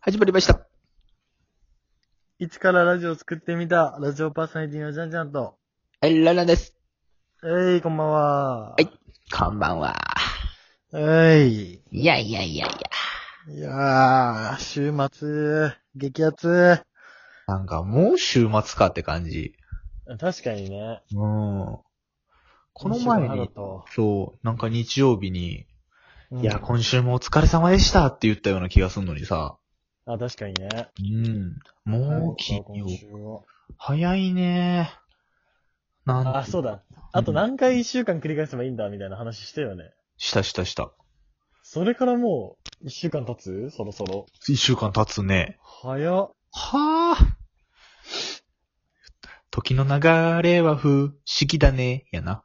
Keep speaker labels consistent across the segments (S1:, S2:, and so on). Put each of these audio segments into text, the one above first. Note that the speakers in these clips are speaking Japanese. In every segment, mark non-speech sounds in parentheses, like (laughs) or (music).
S1: 始まりました。
S2: 一からラジオを作ってみた、ラジオパーソナリティのジャンジャンと、
S1: はい、ララです。
S2: えい、こんばんは。
S1: はいこんばんは。
S2: えい。
S1: いやいやいやいや。
S2: いやー、週末、激アツ。
S1: なんかもう週末かって感じ。
S2: 確かにね。
S1: うん。この前
S2: 今週の
S1: に
S2: 春、と
S1: そう、なんか日曜日に、
S2: うん
S1: いや、今週もお疲れ様でしたって言ったような気がするのにさ。
S2: あ、確かにね。
S1: うん。もう金曜
S2: 今。週も
S1: 早いねなんて
S2: あ、そうだ。あと何回一週間繰り返せばいいんだ、みたいな話したよね。
S1: したしたした。
S2: それからもう、一週間経つそろそろ。
S1: 一週間経つね。
S2: 早っ。
S1: はあ。時の流れは不思議だね。やな。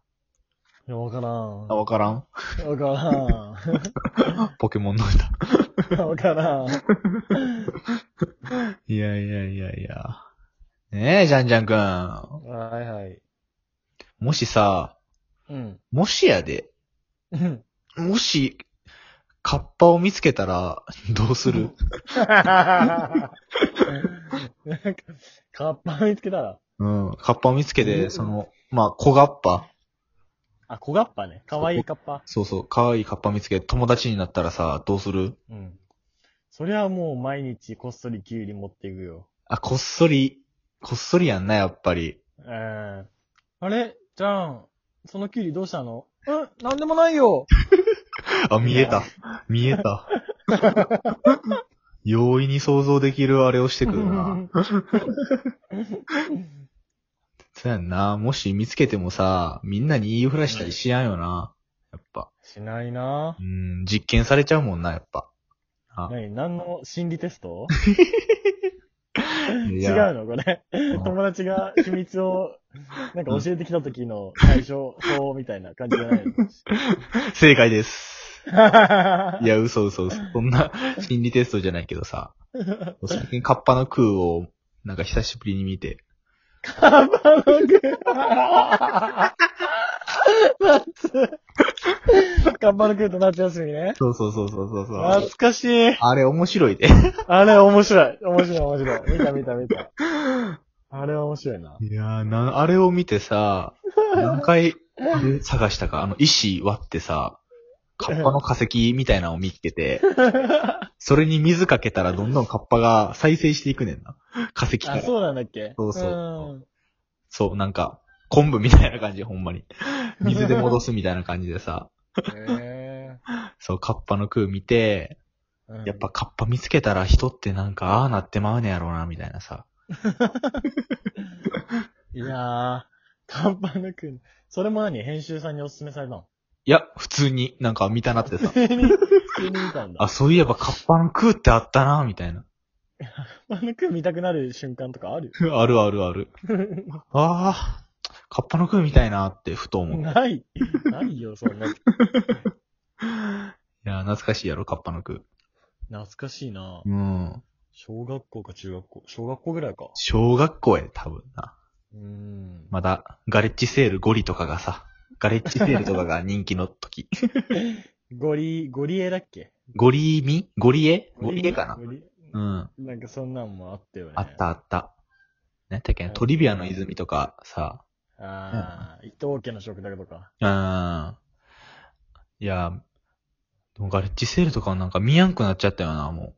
S2: いや、わからん。
S1: あ、
S2: わ
S1: わからん。
S2: から
S1: ポケモンの歌。
S2: ん。わからん。
S1: いやいやいやいや。ねえ、じゃんじゃんくん。
S2: (laughs) はいはい。
S1: もしさ、
S2: (laughs) うん。
S1: もしやで、
S2: うん。
S1: もし、カッパを見つけたら、どうする
S2: なんか、カッパ見つけたら、
S1: うん。カッパを見つけ
S2: う
S1: て、
S2: ん
S1: その、まあ、小カッパ。
S2: あ、小カッパね。かわいいカッパ。
S1: そうそう、可愛いカッパ見つけて友達になったらさ、どうする
S2: うん。そりゃもう毎日こっそりキュウリ持っていくよ。
S1: あ、こっそり、こっそりやんな、やっぱり。
S2: うん。あれじゃん。そのキュウリどうしたのうん、なんでもないよ。
S1: あ、見えた。見え (laughs) た。容易に想像できるあれをしてくるな。そうやんな。もし見つけてもさ、みんなに言いふらしたりしやんよな。やっぱ。
S2: (laughs) しないな
S1: うん、実験されちゃうもんな、やっ (laughs) ぱ。あ
S2: 何何の心理テスト
S1: い
S2: 違
S1: や
S2: うのこれ。
S1: うん
S2: 友達が秘密を、なんか教えてきた時の対
S1: (laughs)
S2: 処法みたいな感じじゃないの
S1: 正解です。 (laughs) い
S2: い
S1: (laughs)
S2: や、
S1: や、嘘嘘嘘。そん (laughs) な心理テストじゃないけどさ。最近カッパの空を、なんか久しぶりに見て。
S2: カバの具。夏。カバの具と夏休みね。
S1: そうそうそうそうそうそう
S2: 懐。かしい。
S1: あれ面白いで。
S2: あれ面白い。面白い面白い。見た見た見た。あれは面白いな。
S1: いやーな、あれを見てさ、何 (laughs) 回あれ探したか、あの、石割ってさ、カッパの化石みたいなのを見つけて、それに水かけたらどんどんカッパが再生していくねんな。化石か
S2: あ、
S1: ら。
S2: そうなんだっけ
S1: そうそう
S2: うん
S1: そう、なんか、昆布みたいな感じ、ほんま
S2: (laughs)
S1: に。水で戻すみたいな感じでさ、
S2: へ
S1: そう、カッパの空見て、
S2: ーうん
S1: やっぱカッパ見つけたら人ってなんか、ああなってまうねやろうな、みたいなさ。
S2: いやー、カンパの具。それも何編集さんにおすすめされたの
S1: いや、普通になんか見たなって
S2: (laughs)
S1: さ、
S2: 普通に、普通に見たんだ。
S1: あ、そういえばカッパの空ってあったな、みたいな。
S2: カッパの具見たくなる瞬間とかある
S1: あるあるある。ああ、カッパの空みたいなってふと思う。い
S2: ない。ないよ、そんな。
S1: や、懐かしいやろ、カッパの空。
S2: 懐かしいな
S1: うん。
S2: 小学校か中学校。小学校ぐらいか。
S1: 小学校やで、多分な。
S2: うーん。
S1: まだ、ガレッジセールゴリとかがさ、ガレッジセールとかが人気の時。 (laughs)
S2: ゴリ、ゴリエだっけ
S1: ゴリミゴリエゴリエかな
S2: ゴリ
S1: うん。
S2: なんかそんなんもあったよね。
S1: あったあった。なんだっけなトリビアの泉とかさ、
S2: あー伊藤家の食卓とか。
S1: うん。いや、でもガレッジセールとかなんか見やんくなっちゃったよな、も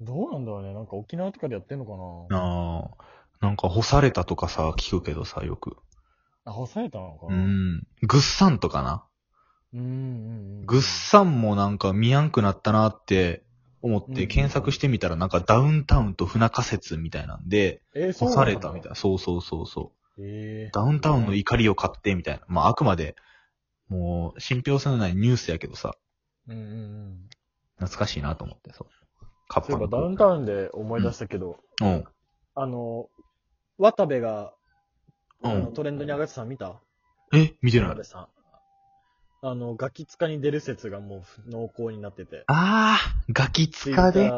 S2: どうなんだろうね。なんか沖縄とかでやってんのか
S1: う。
S2: な
S1: ああ。なんか干されたとかさ、聞くけどさ、よく。
S2: あ、干されたのか
S1: う
S2: な。うん
S1: ん。ぐっさんとかな。
S2: うんうん。
S1: ぐっさんもなんか見やんくなったなって思っ
S2: うん
S1: て検索してみたらなんかダウンタウンと船仮説みたいなんで、
S2: えー、そ
S1: 干
S2: う
S1: されたみたい
S2: な
S1: な。そうそうそうそう。
S2: の。え
S1: ダウンタウンの怒りを買ってみたいな。まああくまで、もう信憑性のないニュースやけどさ、
S2: ー。うんうんうん。
S1: 懐かしいなと思って、そう。カッ
S2: そう
S1: パの。
S2: いえばダウンタウンで思い出したけど、
S1: うん。
S2: あの、渡部が、
S1: う
S2: あの
S1: ん。
S2: トレンドに上がってたの見た
S1: え、見てない
S2: 渡。部さん。あの、ガキ使に出る説がもう濃厚になってて。
S1: あー、ガキ使
S2: ツイッター
S1: で。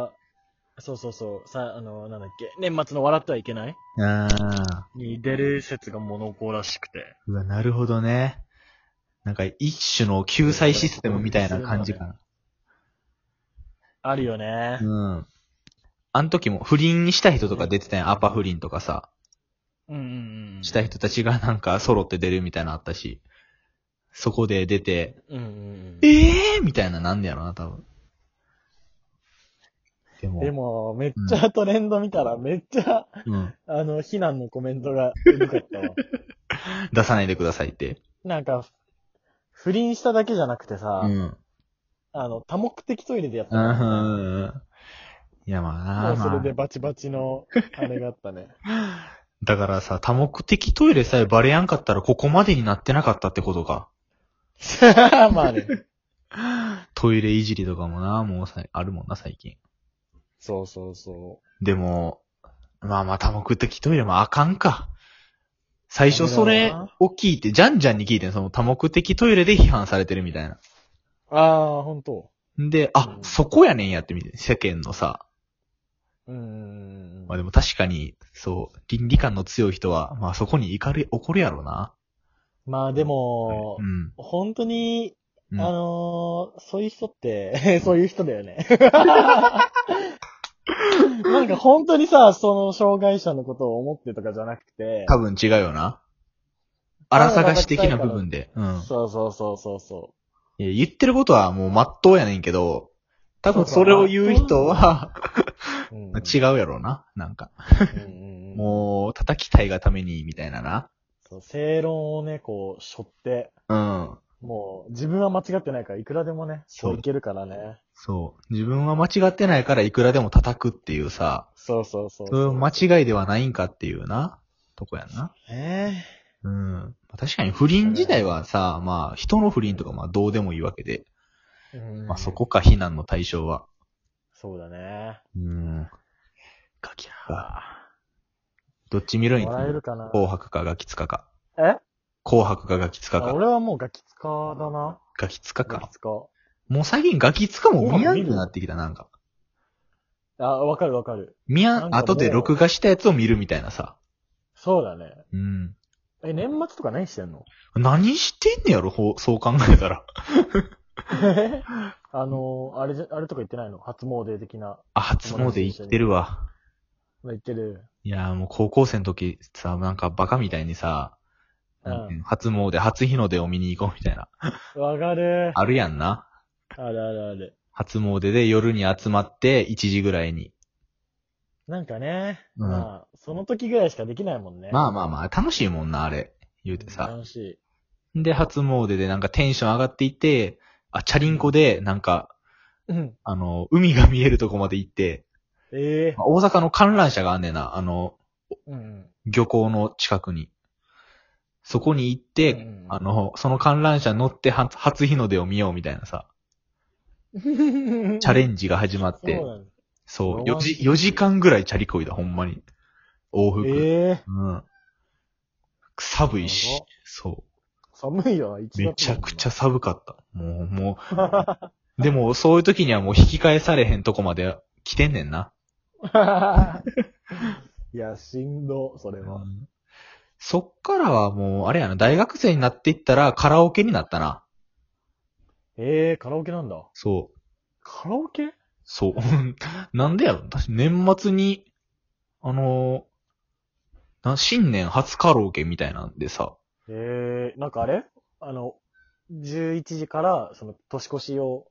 S2: そうそうそう。さ、あの、なんだっけ。年末の笑ってはいけない
S1: あー。
S2: に出る説がモノコらしくて。
S1: うわ、なるほどね。なんか一種の救済システムみたいな感じかな。
S2: あるよね。
S1: うん。あの時も不倫した人とか出てたやん。アパ不倫とかさ。
S2: うんうんうん。
S1: した人たちがなんか揃って出るみたいなのあったし。そこで出て、
S2: うんうんうん。
S1: ええー、みたいななんねやろな、多分。でも、
S2: でも、めっちゃトレンド見たら、めっちゃ、
S1: うん、
S2: あの、非難のコメントが多かったわ。
S1: 出さないでくださいって。
S2: (laughs) なんか、不倫しただけじゃなくてさ、
S1: うん。
S2: あの、多目的トイレでやった
S1: うんう
S2: の。
S1: んうんいや、まあな
S2: もうそ
S1: ま
S2: れ
S1: あ
S2: でバチバチの、あれがあった (laughs) ね。
S1: だからさ、多目的トイレさえバレやんかったらここまでになってなかったってこと
S2: (laughs)
S1: か。
S2: まあね。
S1: トイレいじりとかもな、もうさ、あるもんな、最近。
S2: そうそうそ
S1: でも、まあまあ多目的トイレもあかんか。最初それを聞いて、じゃんじゃんに聞いてんその多目的トイレで批判されてるみたいな。
S2: う。ああ、ほんと。
S1: んで、あ
S2: う、ん
S1: そこやねんやってみて、世間のさ。
S2: うーん
S1: まあ。でも確かに、そう、倫理観の強い人は、まあそこに怒り、怒るやろうな。
S2: まあでも
S1: う、ん。
S2: 本当に、
S1: う
S2: あ
S1: ん
S2: のーそういう人って、 (laughs) そういう人だよね。なんか本当にさ、その障害者のことを思ってとかじゃなくて、
S1: 多分違うよな。荒探し的な部分で。うん。
S2: そうそうそうそうそ
S1: いや言ってることはもう真っ当やねんけど、多分それを言う人は、
S2: う。うん
S1: (laughs) 違うやろうな。なんか。
S2: うんうんうん
S1: もう、叩きたいがために、みたいなな。
S2: そう正論をね、こう、背負って、
S1: うん。
S2: もう、自分は間違ってないから、いくらでもね、
S1: そう
S2: そういけるからね。
S1: そう。自分は間違ってないからいくらでも叩くっていうさ、
S2: そうそうそう
S1: そういう間違いではないんかっていうな、とこやんな。
S2: ね
S1: うん。確かに不倫自体はさ、まあ、人の不倫とかまあどうでもいいわけで、
S2: えうん
S1: まあそこか非難の対象は。
S2: そうだね。
S1: うん。ガキか。どっち見るん
S2: もらえるかな
S1: 紅白かガキツカか。
S2: え
S1: 紅白かガキツカ
S2: あ
S1: か。
S2: 俺はもうガキツカだな。
S1: ガキツカ
S2: ガ
S1: か
S2: キ。ツカ。
S1: もう最近ガキツカも見や
S2: 紅
S1: ん
S2: 白見
S1: く
S2: る
S1: なってきた、なんか。
S2: あ、わかるわかる。
S1: 見や
S2: なん
S1: ん、
S2: かもう
S1: 後で録画したやつを見るみたいなさ。
S2: そうだね。
S1: うん。
S2: え、年末とか何して
S1: (laughs)
S2: んの
S1: 何してんねやろ、ほうそう考えた
S2: (laughs)
S1: ら。
S2: あのー、あれじゃ、あれとか言ってないの初詣的な。
S1: あ、初詣行ってるわ。
S2: 言ってる。
S1: いやーもう高校生の時さ、なんかバカみたいにさ、
S2: うん
S1: なんていうの初詣、初日の出を見に行こうみたいな。
S2: わかる。
S1: あるやんな。
S2: あるあるある。
S1: 初詣で夜に集まって、1時ぐらいに。
S2: なんかね、
S1: うん
S2: まあ、その時ぐらいしかできないもんね。
S1: ま
S2: あ、
S1: あまあまあ、楽しいもんな、あれ。言うてさ。
S2: 楽しい。
S1: で、初詣でなんかテンション上がっていて、あ、チャリンコで、なんか、
S2: うん。
S1: あの、海が見えるとこまで行って、
S2: ええ
S1: まあ大阪の観覧車があんねんな、あの、
S2: うん。
S1: 漁港の近くに。そこに行って、
S2: うん
S1: あの、その観覧車乗っては初日の出を見ようみたいなさ、チャレ
S2: ン
S1: ンジが始まって
S2: そう、なんだ
S1: そう
S2: ロマ
S1: 4
S2: ンチッ
S1: 時、
S2: ク
S1: 4時間ぐらいチャリこいだ、ほんまに。往復。
S2: ええ
S1: うん。寒いし
S2: やば、
S1: そ
S2: 寒いよ、一
S1: う。
S2: 月だもんな
S1: めちゃ
S2: (laughs)
S1: くちゃ。寒かった。もう、もう、でも、そういう時にはもう引き返されへんとこまで来てんねんな。
S2: (laughs) いや、しんど、それは。
S1: そっからはもう、あれやな、大学生になっていったらカラオケになったな。
S2: ええカラオケなんだ。
S1: そう。
S2: カラオケ
S1: そう。 (laughs) なんでやろ私、年末に、あのーな、新年初カラオケみたいなんでさ、
S2: ええなんかあれあの、11時から、その、年越しを、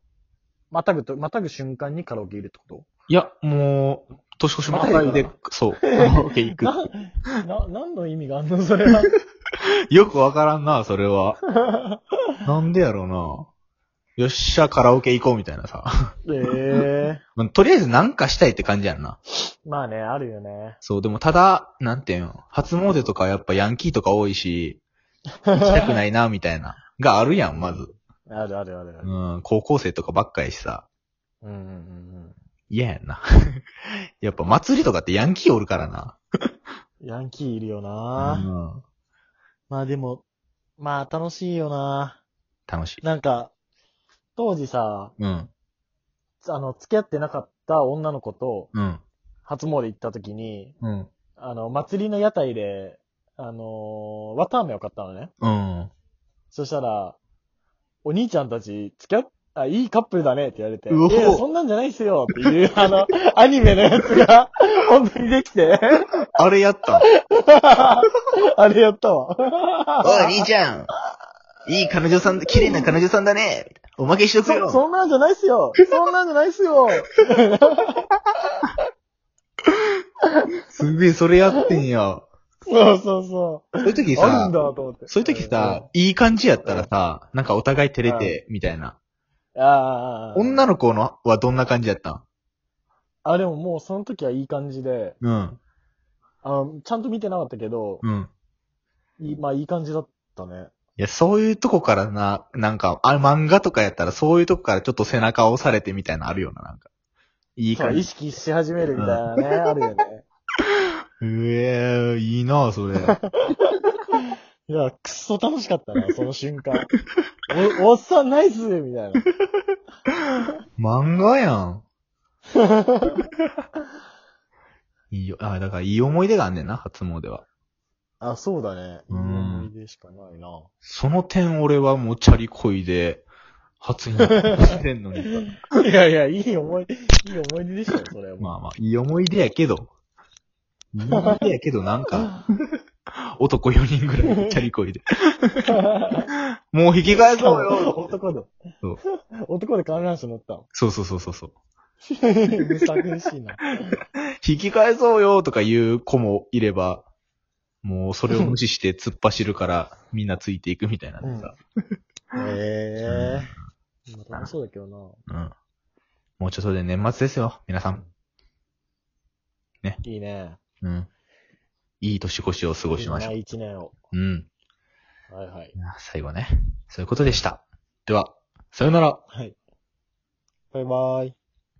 S2: またぐと、またぐ瞬間にカラオケいるってこ
S1: いや、もう、年越しまたいで
S2: またいだ、
S1: (laughs) そう、カラオケ行
S2: と
S1: く。
S2: な、な、何の意味があんのそ (laughs) れは。
S1: よくわからんな、それは。なんでやろな。よっしゃ、カラオケ行こうみたいなさ。 (laughs)
S2: ええ
S1: まあとりあえずなんかしたいって感じやんな。
S2: まあね、あるよね。
S1: そう、でもただ、なんていうん、初詣とかやっぱヤンキーとか多いし、行きたくないな、みたいな、があるやん、まず。
S2: あるあるあるある。
S1: うん、高校生とかばっかりしさ、
S2: うんうんうん
S1: 嫌やんな。 (laughs) やっぱ祭りとかってヤンキーおるからな。
S2: うん。ヤンキーいるよな、
S1: うん、
S2: まあでも、まあ楽しいよな
S1: 楽しい。
S2: なんか、当時さ、
S1: うん、
S2: あの、付き合ってなかった女の子と
S1: うん、
S2: 初詣行った時に、
S1: うん、
S2: あの、祭りの屋台で、あのー、綿飴を買ったのね。
S1: うん。
S2: そしたら、お兄ちゃんたち付き合っあ、いいカップルだねって言われて、
S1: うお
S2: いや、そんなんじゃないっすよっていう、 (laughs) あの、アニメのやつが、 (laughs) 本当にできて、 (laughs)
S1: あれやったん
S2: あれやったわ。
S1: (laughs) おい、兄ちゃん。いい彼女さん、綺麗な彼女さんだね。おまけしとく
S2: (laughs) そ、
S1: よ。
S2: そんなんじゃないっすよそんなんじゃないっすよ
S1: すげえ、それやってんや。
S2: そうそうそ
S1: (laughs) そういう時
S2: う。ある
S1: さ
S2: ん、だと思って。
S1: そういう時さ、いい感じやったらさ、なんかお互い照れて、みたいな。
S2: うん、ああ。
S1: 女の子のはどんな感じやった
S2: あ、でももうその時はいい感じで、
S1: んうん。
S2: あの、ちゃんと見てなかったけど、
S1: うん。
S2: いいまあいい感じだったね。
S1: いや、そういうとこからな、なんか、あ、漫画とかやったらそういうとこからちょっと背中を押されてみたいなのあるよな、なんか。いい
S2: そう
S1: 感
S2: 意
S1: じ。
S2: 識し始めるみたいなね、あるよね。
S1: うえー、いいな、それ。
S2: いや、くっそ楽しかったな、その瞬間。お、おっさんナイスみたいな。
S1: 漫画やん。いいよ、あ、だからいい思い出があんねんな、初詣は。
S2: あ、そうだね。いい
S1: うん
S2: 思い出しかないな。
S1: その点俺はもうチャリこいで、初日してんのに。
S2: いやいや、いい思い、いい思い出でしょ、それは。
S1: まあまあ、いい思い出やけど。いい思い出やけど、なんか、男4人ぐらいでチャリこいで。もう引き返そう
S2: (laughs)
S1: よ
S2: 男で
S1: そう。
S2: 男で観覧車乗った
S1: (laughs)
S2: の。
S1: そうそうそうそうそう。
S2: むさ苦しいな。
S1: 引き返そうよとか言う子もいれば、もうそれを無視して突っ走るから、みんなついていくみたいなのさ。
S2: ええー。楽しそうだけどな。
S1: うん。もうちょっとで年末ですよ、皆さん。
S2: いいね。
S1: うん。いい年越しを過ごしましょ。
S2: いういな一年を。
S1: うん。
S2: はいはい。
S1: いや最後ね。そういうことでした。では、さよなら。
S2: はい。バイバイ。